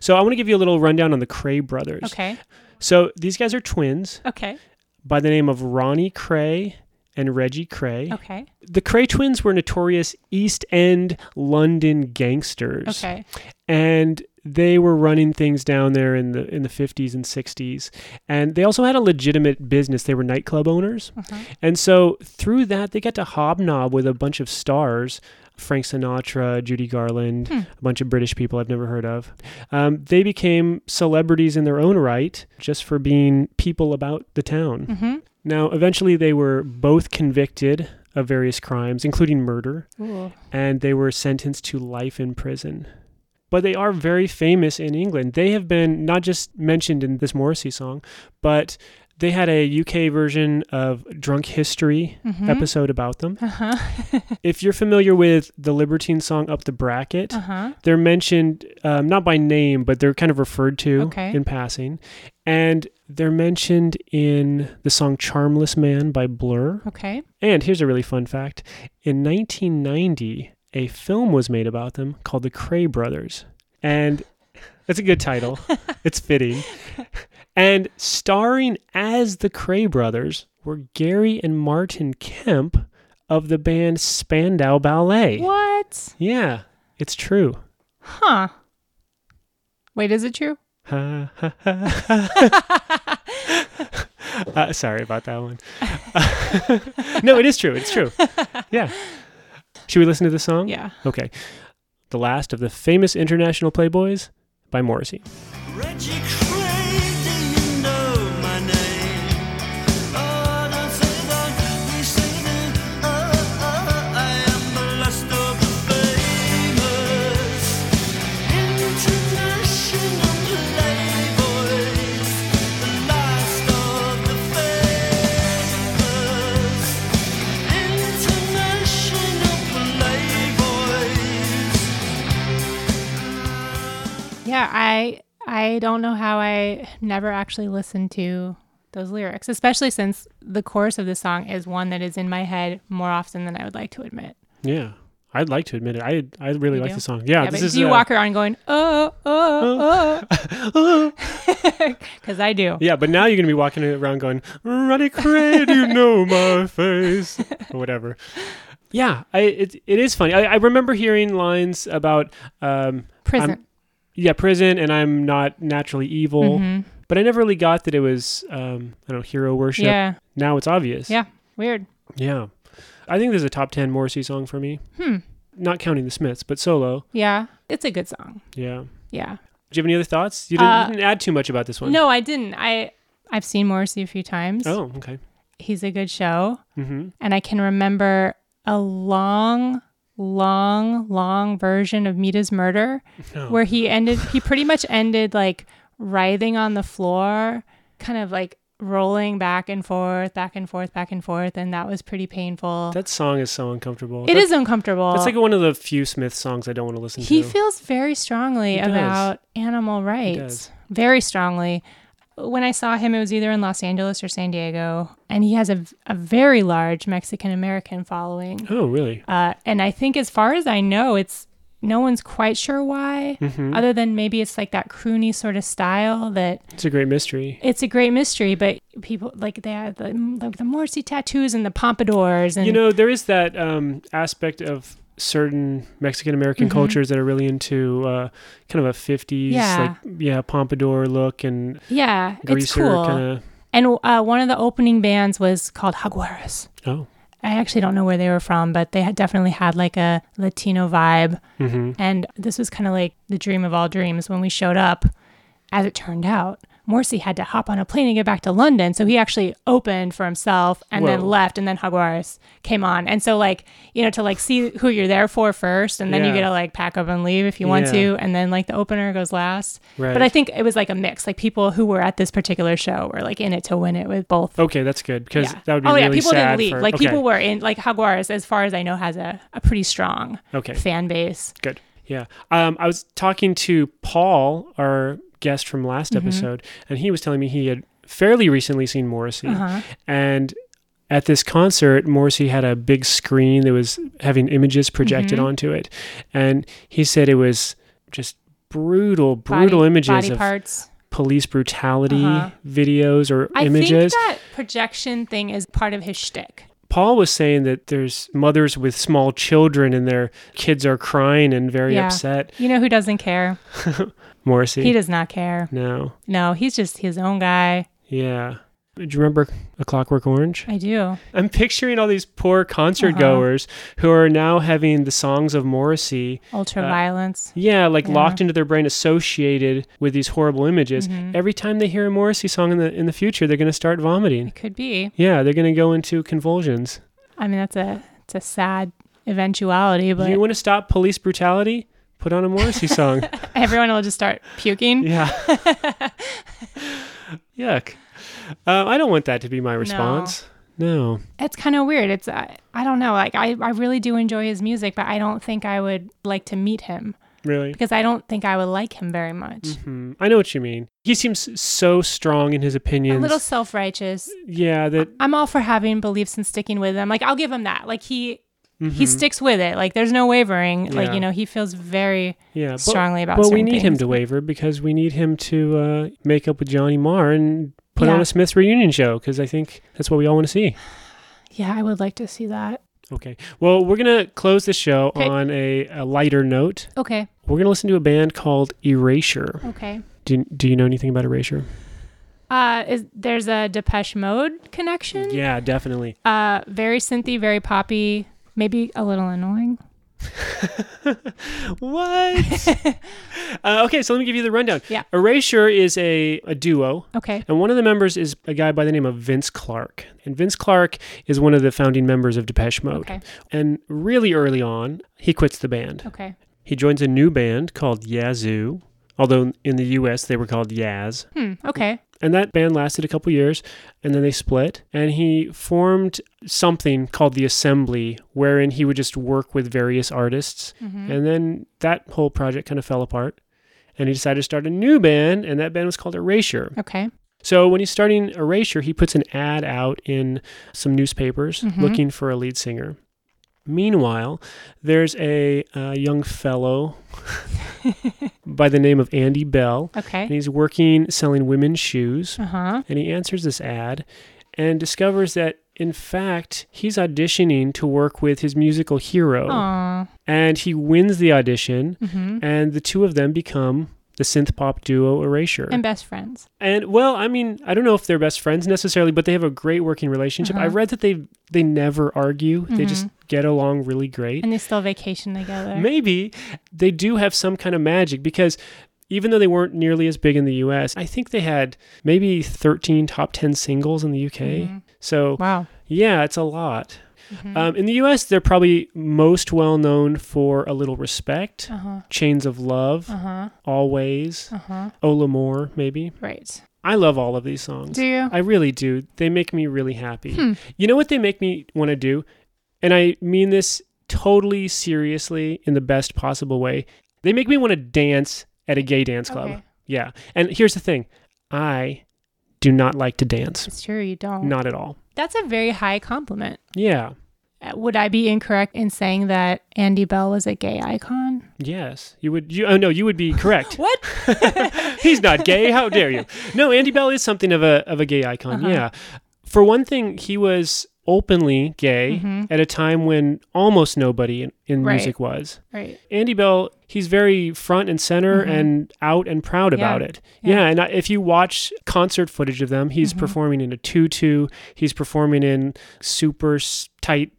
[SPEAKER 1] So I want to give you a little rundown on the Cray brothers.
[SPEAKER 2] Hmm. Okay.
[SPEAKER 1] So these guys are twins
[SPEAKER 2] Okay.
[SPEAKER 1] by the name of Ronnie Cray and Reggie Cray.
[SPEAKER 2] Okay.
[SPEAKER 1] The Cray twins were notorious East End London gangsters
[SPEAKER 2] Okay.
[SPEAKER 1] and they were running things down there in the in the 50s and 60s and they also had a legitimate business they were nightclub owners
[SPEAKER 2] Uh-huh.
[SPEAKER 1] and so through that they got to hobnob with a bunch of stars frank sinatra judy garland a bunch of british people i've never heard of um, they became celebrities in their own right just for being people about the town
[SPEAKER 2] Hmm. Mm-hmm.
[SPEAKER 1] now eventually they were both convicted of various crimes including murder
[SPEAKER 2] Ooh.
[SPEAKER 1] and they were sentenced to life in prison. But they are very famous in England. They have been not just mentioned in this Morrissey song, but they had a UK version of Drunk History
[SPEAKER 2] Hmm? Mm-hmm.
[SPEAKER 1] episode about them.
[SPEAKER 2] Uh-huh.
[SPEAKER 1] if you're familiar with the Libertine song Up the Bracket,
[SPEAKER 2] Uh huh.
[SPEAKER 1] they're mentioned um, not by name, but they're kind of referred to
[SPEAKER 2] Okay.
[SPEAKER 1] in passing. And they're mentioned in the song Charmless Man by Blur.
[SPEAKER 2] Okay.
[SPEAKER 1] And here's a really fun fact. In 1990, a film was made about them called The Cray Brothers. And that's a good title. it's fitting. And starring as the Cray Brothers were Gary and Martin Kemp of the band Spandau Ballet.
[SPEAKER 2] What?
[SPEAKER 1] Yeah, it's true.
[SPEAKER 2] Huh. Wait, is it true?
[SPEAKER 1] Ha, ha, ha, ha. uh, sorry about that one. no, it is true. It's true. Yeah. Should we listen to the song?
[SPEAKER 2] Yeah.
[SPEAKER 1] Okay. The last of the famous international playboys by Morrissey.
[SPEAKER 3] Reggie Cray, do you know my name? Oh, don't say that, please say that. Oh, oh, I am the last of the famous international playboys. The last of the famous international playboys.
[SPEAKER 2] Yeah, I I don't know how I never actually listened to those lyrics, especially since the chorus of the song is one that is in my head more often than I would like to admit.
[SPEAKER 1] Yeah. I'd like to admit it. I I really like
[SPEAKER 2] do?
[SPEAKER 1] the song. Yeah,
[SPEAKER 2] Yeah,
[SPEAKER 1] this
[SPEAKER 2] but
[SPEAKER 1] is
[SPEAKER 2] do you
[SPEAKER 1] uh,
[SPEAKER 2] walk around going, oh, oh, oh? Because I do.
[SPEAKER 1] Uh. Yeah, but now you're gonna be walking around going, Ronnie Cray, do you know my face? Or whatever. Yeah, I it, it is funny. I, I remember hearing lines about um
[SPEAKER 2] Prison.
[SPEAKER 1] I'm- yeah, prison, and I'm not naturally
[SPEAKER 2] Mm-hmm.
[SPEAKER 1] evil. But I never really got that it was, um, I don't know, hero worship.
[SPEAKER 2] yeah.
[SPEAKER 1] Now it's obvious.
[SPEAKER 2] Yeah. Weird.
[SPEAKER 1] Yeah. I think there's a top 10 Morrissey song for me. Hmm. Not counting the Smiths, but solo.
[SPEAKER 2] Yeah. It's a good song.
[SPEAKER 1] Yeah.
[SPEAKER 2] Yeah.
[SPEAKER 1] Do you have any other thoughts? You didn't,
[SPEAKER 2] Uh,
[SPEAKER 1] you didn't add too much about this one.
[SPEAKER 2] No, I didn't. I I've seen Morrissey a few times.
[SPEAKER 1] Oh, okay.
[SPEAKER 2] He's a good show.
[SPEAKER 1] Mm-hmm.
[SPEAKER 2] And I can remember a long long, long version of Mita's murder
[SPEAKER 1] Oh.
[SPEAKER 2] where he ended he pretty much ended like writhing on the floor, kind of like rolling back and forth, back and forth, back and forth, and that was pretty painful.
[SPEAKER 1] That song is so uncomfortable.
[SPEAKER 2] it is uncomfortable.
[SPEAKER 1] It's like one of the few Smith songs I don't want to listen
[SPEAKER 2] He
[SPEAKER 1] to.
[SPEAKER 2] feels very strongly
[SPEAKER 1] does.
[SPEAKER 2] about animal rights.
[SPEAKER 1] does.
[SPEAKER 2] Very strongly. When I saw him, it was either in Los Angeles or San Diego, and he has a, a very large Mexican American following.
[SPEAKER 1] oh, really?
[SPEAKER 2] Uh, and I think, as far as I know, it's no one's quite sure why,
[SPEAKER 1] Mm-hmm.
[SPEAKER 2] other than maybe it's like that croony sort of style that
[SPEAKER 1] It's a great mystery.
[SPEAKER 2] it's a great mystery, but people like they have the, like the Morsi tattoos and the pompadours and
[SPEAKER 1] You know, there is that um, aspect of certain Mexican American
[SPEAKER 2] Mm-hmm.
[SPEAKER 1] cultures that are really into uh, kind of a 50s,
[SPEAKER 2] Yeah.
[SPEAKER 1] like, yeah, pompadour look and
[SPEAKER 2] yeah, it's
[SPEAKER 1] greaser
[SPEAKER 2] cool.
[SPEAKER 1] kind of.
[SPEAKER 2] And uh, one of the opening bands was called Jaguares.
[SPEAKER 1] Oh,
[SPEAKER 2] I actually don't know where they were from, but they had definitely had like a Latino vibe.
[SPEAKER 1] Mhm.
[SPEAKER 2] And this was kind of like the dream of all dreams when we showed up. As it turned out, Morsi had to hop on a plane and get back to London. So he actually opened for himself and then
[SPEAKER 1] Whoa.
[SPEAKER 2] left, and then Jaguares came on. And so, like, you know, to like see who you're there for first, and then you
[SPEAKER 1] Yeah.
[SPEAKER 2] get to like pack up and leave if you want
[SPEAKER 1] Yeah.
[SPEAKER 2] to. And then, like, the opener goes last. But
[SPEAKER 1] Right.
[SPEAKER 2] I think it was like a mix. Like, people who were at this particular show were like in it to win it with both
[SPEAKER 1] okay, that's good because that would be
[SPEAKER 2] oh
[SPEAKER 1] really
[SPEAKER 2] yeah, people
[SPEAKER 1] sad.
[SPEAKER 2] didn't leave.
[SPEAKER 1] for-
[SPEAKER 2] like
[SPEAKER 1] okay,
[SPEAKER 2] people were in like Jaguars, as far as I know, has a, a pretty strong
[SPEAKER 1] Okay.
[SPEAKER 2] fan base.
[SPEAKER 1] Good. Yeah. Um, I was talking to Paul, our guest from last
[SPEAKER 2] Mm-hmm.
[SPEAKER 1] episode, and he was telling me he had fairly recently seen Morrissey.
[SPEAKER 2] Uh-huh.
[SPEAKER 1] And at this concert, Morrissey had a big screen that was having images projected
[SPEAKER 2] Mm-hmm.
[SPEAKER 1] onto it. And he said it was just brutal, brutal
[SPEAKER 2] Body-
[SPEAKER 1] images
[SPEAKER 2] body
[SPEAKER 1] of
[SPEAKER 2] parts.
[SPEAKER 1] police brutality
[SPEAKER 2] Uh-huh.
[SPEAKER 1] videos or
[SPEAKER 2] I think
[SPEAKER 1] images.
[SPEAKER 2] that projection thing is part of his shtick.
[SPEAKER 1] Paul was saying that there's mothers with small children and their kids are crying and very
[SPEAKER 2] Yeah.
[SPEAKER 1] upset.
[SPEAKER 2] You know who doesn't care?
[SPEAKER 1] Morrissey.
[SPEAKER 2] He does not care.
[SPEAKER 1] no.
[SPEAKER 2] No, he's just his own guy.
[SPEAKER 1] Yeah. Do you remember A Clockwork Orange?
[SPEAKER 2] I do.
[SPEAKER 1] I'm picturing all these poor concert goers
[SPEAKER 2] Uh-huh.
[SPEAKER 1] who are now having the songs of Morrissey,
[SPEAKER 2] Ultra violence.
[SPEAKER 1] yeah, like locked into their brain, associated with these horrible images.
[SPEAKER 2] Mm-hmm.
[SPEAKER 1] Every time they hear a Morrissey song in the in the future, they're going to start vomiting.
[SPEAKER 2] Could be.
[SPEAKER 1] Yeah, they're going to go into convulsions.
[SPEAKER 2] I mean, that's a it's a sad eventuality, but
[SPEAKER 1] you want to stop police brutality? Put on a Morrissey song.
[SPEAKER 2] everyone will just start puking.
[SPEAKER 1] Yeah. Yuck. Um, I don't want that to be my response. no.
[SPEAKER 2] it's kind of weird. It's uh, I don't know. Like I, I really do enjoy his music, but I don't think I would like to meet him.
[SPEAKER 1] Really?
[SPEAKER 2] because I don't think I would like him very much.
[SPEAKER 1] Hmm, I know what you mean. He seems so strong in his
[SPEAKER 2] A
[SPEAKER 1] opinions.
[SPEAKER 2] little self righteous.
[SPEAKER 1] yeah, that
[SPEAKER 2] I'm all for having beliefs and sticking with them. Like I'll give him that. Like he he sticks with it. Like there's no wavering. Like
[SPEAKER 1] Mm-hmm. Yeah.
[SPEAKER 2] you know he feels very
[SPEAKER 1] mm-hmm. yeah. But,
[SPEAKER 2] strongly about
[SPEAKER 1] But we
[SPEAKER 2] certain
[SPEAKER 1] need him
[SPEAKER 2] things.
[SPEAKER 1] to waver because we need him to uh, make up with Johnny Marr and put on
[SPEAKER 2] Yeah.
[SPEAKER 1] a Smiths reunion show because I think that's what we all want to see.
[SPEAKER 2] yeah. I would like to see that.
[SPEAKER 1] Okay. Well, we're gonna close the show
[SPEAKER 2] Okay.
[SPEAKER 1] on a, a lighter note.
[SPEAKER 2] Okay.
[SPEAKER 1] We're gonna listen to a band called Erasure.
[SPEAKER 2] Okay.
[SPEAKER 1] Do Do you know anything about Erasure?
[SPEAKER 2] Uh, is there's a Depeche Mode connection?
[SPEAKER 1] Yeah, definitely.
[SPEAKER 2] Uh, very synthy, very poppy, maybe a little annoying.
[SPEAKER 1] What? uh, okay, so let me give you the rundown.
[SPEAKER 2] Yeah.
[SPEAKER 1] Erasure is a, a duo.
[SPEAKER 2] Okay.
[SPEAKER 1] And one of the members is a guy by the name of Vince Clark. And Vince Clark is one of the founding members of Depeche Mode.
[SPEAKER 2] Okay.
[SPEAKER 1] And really early on, he quits the band.
[SPEAKER 2] Okay.
[SPEAKER 1] He joins a new band called Yazoo, although in the US they were called Yaz.
[SPEAKER 2] Hmm. Okay.
[SPEAKER 1] And that band lasted a couple years and then they split. And he formed something called The Assembly, wherein he would just work with various artists.
[SPEAKER 2] Mm-hmm.
[SPEAKER 1] And then that whole project kind of fell apart. And he decided to start a new band, and that band was called Erasure.
[SPEAKER 2] Okay.
[SPEAKER 1] So when he's starting Erasure, he puts an ad out in some newspapers
[SPEAKER 2] Mm-hmm.
[SPEAKER 1] looking for a lead singer. Meanwhile, there's a uh, young fellow by the name of Andy Bell, and
[SPEAKER 2] Okay.
[SPEAKER 1] he's working selling women's shoes.
[SPEAKER 2] Uh huh.
[SPEAKER 1] And he answers this ad and discovers that, in fact, he's auditioning to work with his musical hero.
[SPEAKER 2] Aw. Mm-hmm.
[SPEAKER 1] And he wins the audition, and the two of them become the synth pop duo Erasure.
[SPEAKER 2] And best friends.
[SPEAKER 1] And well, I mean, I don't know if they're best friends necessarily, but they have a great working relationship.
[SPEAKER 2] Uh-huh.
[SPEAKER 1] I read that they they never argue. They just get along really great.
[SPEAKER 2] Mm-hmm. And they still vacation together.
[SPEAKER 1] Maybe they do have some kind of magic because even though they weren't nearly as big in the US, I think they had maybe 13 top 10 singles in the UK. So,
[SPEAKER 2] Mm-hmm. wow. Mm-hmm.
[SPEAKER 1] yeah, it's a lot. Um, in the U.S., they're probably most well known for "A Little Respect,"
[SPEAKER 2] Uh-huh.
[SPEAKER 1] "Chains of Love,"
[SPEAKER 2] Uh-huh.
[SPEAKER 1] "Always,"
[SPEAKER 2] Uh-huh.
[SPEAKER 1] "Ola Moore," maybe.
[SPEAKER 2] Right.
[SPEAKER 1] I love all of these songs.
[SPEAKER 2] Do you?
[SPEAKER 1] I really do. They make me really happy. You know what they make me want to do? And I mean this totally seriously in the best possible way. They make me want to dance at a gay dance club.
[SPEAKER 2] Okay.
[SPEAKER 1] Yeah. And here's the thing I do not like to dance,
[SPEAKER 2] It's true you don't.
[SPEAKER 1] not at all.
[SPEAKER 2] That's a very high compliment.
[SPEAKER 1] Yeah.
[SPEAKER 2] Uh, Would I be incorrect in saying that Andy Bell was a gay icon?
[SPEAKER 1] Yes. You would, you, oh no, you would be correct.
[SPEAKER 2] What?
[SPEAKER 1] He's not gay. How dare you? No, Andy Bell is something of a of a gay icon.
[SPEAKER 2] Uh-huh.
[SPEAKER 1] Yeah. For one thing, he was openly gay at a time when almost nobody in, in
[SPEAKER 2] Mm-hmm. Right.
[SPEAKER 1] music was.
[SPEAKER 2] Right.
[SPEAKER 1] Andy Bell, he's very front and center
[SPEAKER 2] Mm-hmm.
[SPEAKER 1] and out and proud about it. Yeah, and I, if you watch concert footage of them,
[SPEAKER 2] Mm-hmm.
[SPEAKER 1] he's performing in a tutu, he's performing in super s- tight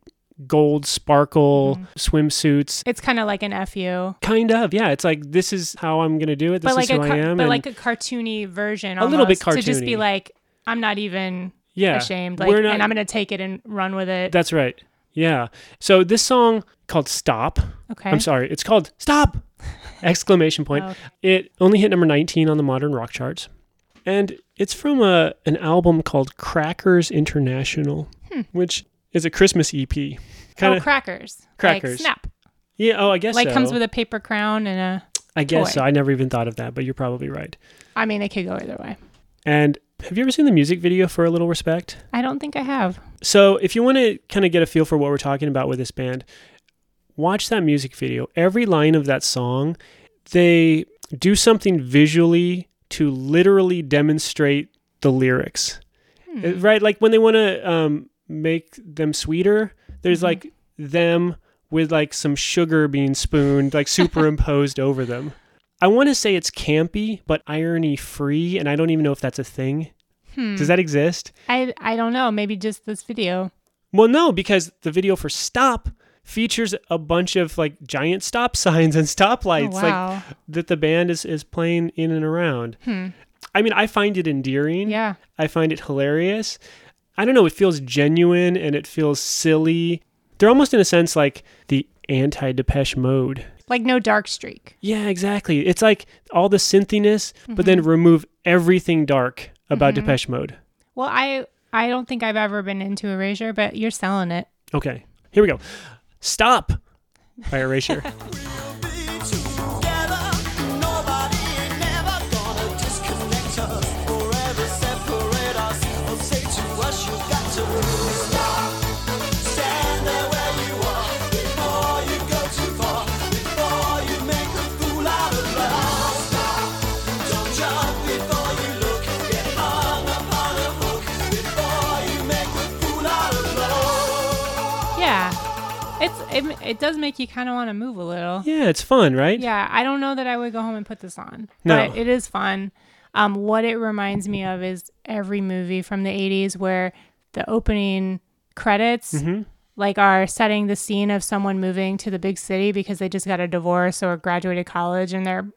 [SPEAKER 1] gold sparkle
[SPEAKER 2] Mm-hmm.
[SPEAKER 1] swimsuits.
[SPEAKER 2] It's kind of like an FU.
[SPEAKER 1] Kind of, yeah. It's like this is how I'm gonna do it. This
[SPEAKER 2] But like
[SPEAKER 1] is
[SPEAKER 2] a
[SPEAKER 1] who I
[SPEAKER 2] car-
[SPEAKER 1] am.
[SPEAKER 2] but
[SPEAKER 1] and-
[SPEAKER 2] like a cartoony version
[SPEAKER 1] A little bit
[SPEAKER 2] almost, to just be
[SPEAKER 1] cartoony.
[SPEAKER 2] like I'm not even
[SPEAKER 1] yeah,
[SPEAKER 2] ashamed like
[SPEAKER 1] We're not-
[SPEAKER 2] and I'm going to take it and run with it.
[SPEAKER 1] That's right. Yeah. So this song called "Stop."
[SPEAKER 2] okay.
[SPEAKER 1] I'm sorry. It's called "Stop!" Exclamation point.
[SPEAKER 2] Oh.
[SPEAKER 1] It only hit number 19 on the modern rock charts, and it's from a an album called Crackers International, which is a Christmas E EP. Kind
[SPEAKER 2] Hmm. oh,
[SPEAKER 1] of.
[SPEAKER 2] crackers. Like
[SPEAKER 1] Crackers.
[SPEAKER 2] snap.
[SPEAKER 1] yeah. Oh, I guess
[SPEAKER 2] Like
[SPEAKER 1] so.
[SPEAKER 2] comes with a paper crown and a
[SPEAKER 1] I guess
[SPEAKER 2] toy.
[SPEAKER 1] so. I never even thought of that, but you're probably right.
[SPEAKER 2] I mean, it could go either way.
[SPEAKER 1] And have you ever seen the music video for "A Little Respect"?
[SPEAKER 2] I don't think I have.
[SPEAKER 1] So, if you want to kind of get a feel for what we're talking about with this band, watch that music video. Every line of that song, they do something visually to literally demonstrate the lyrics. Uh, Right? Like when they want to um, make them sweeter, there's like them with like some sugar being spooned, like superimposed over them. I want to say it's campy, but irony free, and I don't even know if that's a thing. Does that exist?
[SPEAKER 2] I I don't know. Maybe just this video.
[SPEAKER 1] Well, no, because the video for Stop features a bunch of like giant stop signs and stoplights
[SPEAKER 2] Oh, wow. Hmm.
[SPEAKER 1] like that the band is is playing in and around. I mean, I find it endearing.
[SPEAKER 2] Yeah.
[SPEAKER 1] I find it hilarious. I don't know, it feels genuine and it feels silly. They're almost in a sense like the anti-Depeche mode.
[SPEAKER 2] Like no dark streak.
[SPEAKER 1] Yeah, exactly. It's like all the synthiness, but then
[SPEAKER 2] Mm-hmm.
[SPEAKER 1] remove everything dark about Depeche mode.
[SPEAKER 2] Well, I I don't think I've ever been into Erasure, but you're selling it.
[SPEAKER 1] Okay. Here we go. Stop by Erasure.
[SPEAKER 2] Yeah. It's it, it does make you kind of want to move a little.
[SPEAKER 1] yeah, it's fun, right?
[SPEAKER 2] Yeah, I don't know that I would go home and put this on.
[SPEAKER 1] No.
[SPEAKER 2] But it is fun. Um, what it reminds me of is every movie from the 80s where the opening credits
[SPEAKER 1] Mm-hmm.
[SPEAKER 2] like are setting the scene of someone moving to the big city because they just got a divorce or graduated college and they're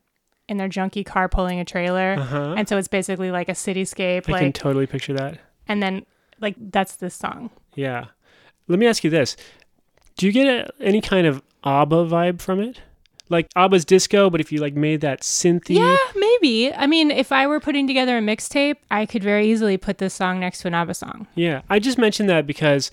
[SPEAKER 2] in their junky car pulling a trailer. And so it's basically like a cityscape
[SPEAKER 1] I Uh-huh. can
[SPEAKER 2] like
[SPEAKER 1] totally picture that.
[SPEAKER 2] and then like that's this song.
[SPEAKER 1] Yeah. Let me ask you this. Do you get a, any kind of ABBA vibe from it? Like ABBA's disco, but if you like made that synthy
[SPEAKER 2] Yeah, maybe. I mean, if I were putting together a mixtape, I could very easily put this song next to an ABBA song.
[SPEAKER 1] Yeah. I just mentioned that because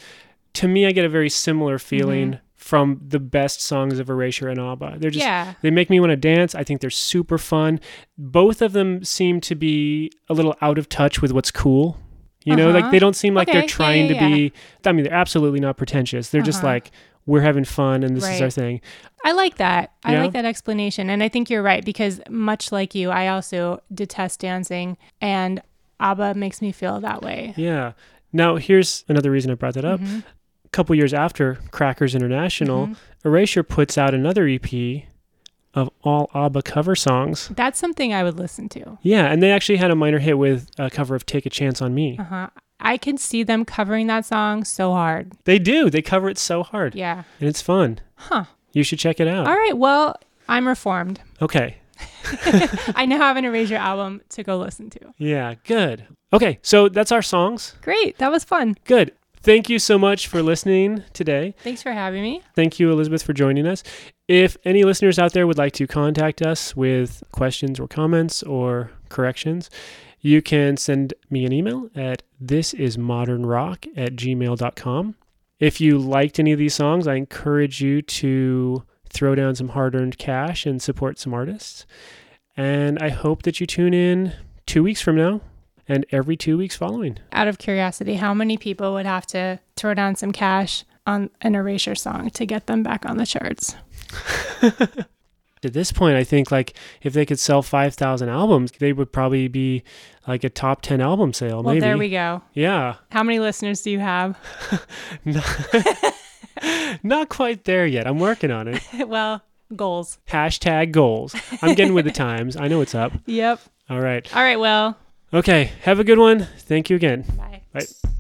[SPEAKER 1] to me I get a very similar
[SPEAKER 2] Mm-hmm.
[SPEAKER 1] feeling from the best songs of Erasure and ABBA. They're just
[SPEAKER 2] Yeah.
[SPEAKER 1] they make me want to dance. I think they're super fun. Both of them seem to be a little out of touch with what's cool. You know,
[SPEAKER 2] Uh-huh.
[SPEAKER 1] like they don't seem like
[SPEAKER 2] Okay, yeah,
[SPEAKER 1] they're trying
[SPEAKER 2] yeah, Uh-huh.
[SPEAKER 1] to be I mean, they're absolutely not pretentious. They're just like we're having fun and this is
[SPEAKER 2] Right.
[SPEAKER 1] our thing.
[SPEAKER 2] I like that. I
[SPEAKER 1] Yeah?
[SPEAKER 2] like that explanation. And I think you're right because, much like you, I also detest dancing, and ABBA makes me feel that way.
[SPEAKER 1] Yeah. Now, here's another reason I brought that up.
[SPEAKER 2] Mm-hmm.
[SPEAKER 1] A couple years after Crackers International, Erasure puts out another EP of all ABBA cover songs.
[SPEAKER 2] That's something I would listen to.
[SPEAKER 1] Yeah, and they actually had a minor hit with a cover of Take a Chance on Me.
[SPEAKER 2] Uh-huh. I can see them covering that song so hard.
[SPEAKER 1] They do. They cover it so hard.
[SPEAKER 2] Yeah.
[SPEAKER 1] And it's fun.
[SPEAKER 2] Huh.
[SPEAKER 1] You should check it out.
[SPEAKER 2] All right. Well, I'm reformed.
[SPEAKER 1] Okay.
[SPEAKER 2] I now have an Erasure album to go listen to.
[SPEAKER 1] Yeah, good. Okay, so that's our songs.
[SPEAKER 2] Great. That was fun.
[SPEAKER 1] Good. Thank you so much for listening today.
[SPEAKER 2] Thanks for having me.
[SPEAKER 1] Thank you, Elizabeth, for joining us. If any listeners out there would like to contact us with questions or comments or corrections, you can send me an email at thisismodernrock at gmail.com. If you liked any of these songs, I encourage you to throw down some hard earned cash and support some artists. And I hope that you tune in two weeks from now and every two weeks following.
[SPEAKER 2] Out of curiosity, how many people would have to throw down some cash on an erasure song to get them back on the charts?
[SPEAKER 1] at this point i think like if they could sell 5000 albums they would probably be like a top 10 album sale
[SPEAKER 2] Well,
[SPEAKER 1] maybe
[SPEAKER 2] there we go.
[SPEAKER 1] yeah
[SPEAKER 2] How many listeners do you have?
[SPEAKER 1] not quite there yet i'm working on it
[SPEAKER 2] well, goals.
[SPEAKER 1] hashtag goals i'm getting with the times i know it's up
[SPEAKER 2] Yep.
[SPEAKER 1] all right
[SPEAKER 2] All right, well,
[SPEAKER 1] okay have a good one thank you again
[SPEAKER 2] bye.
[SPEAKER 1] bye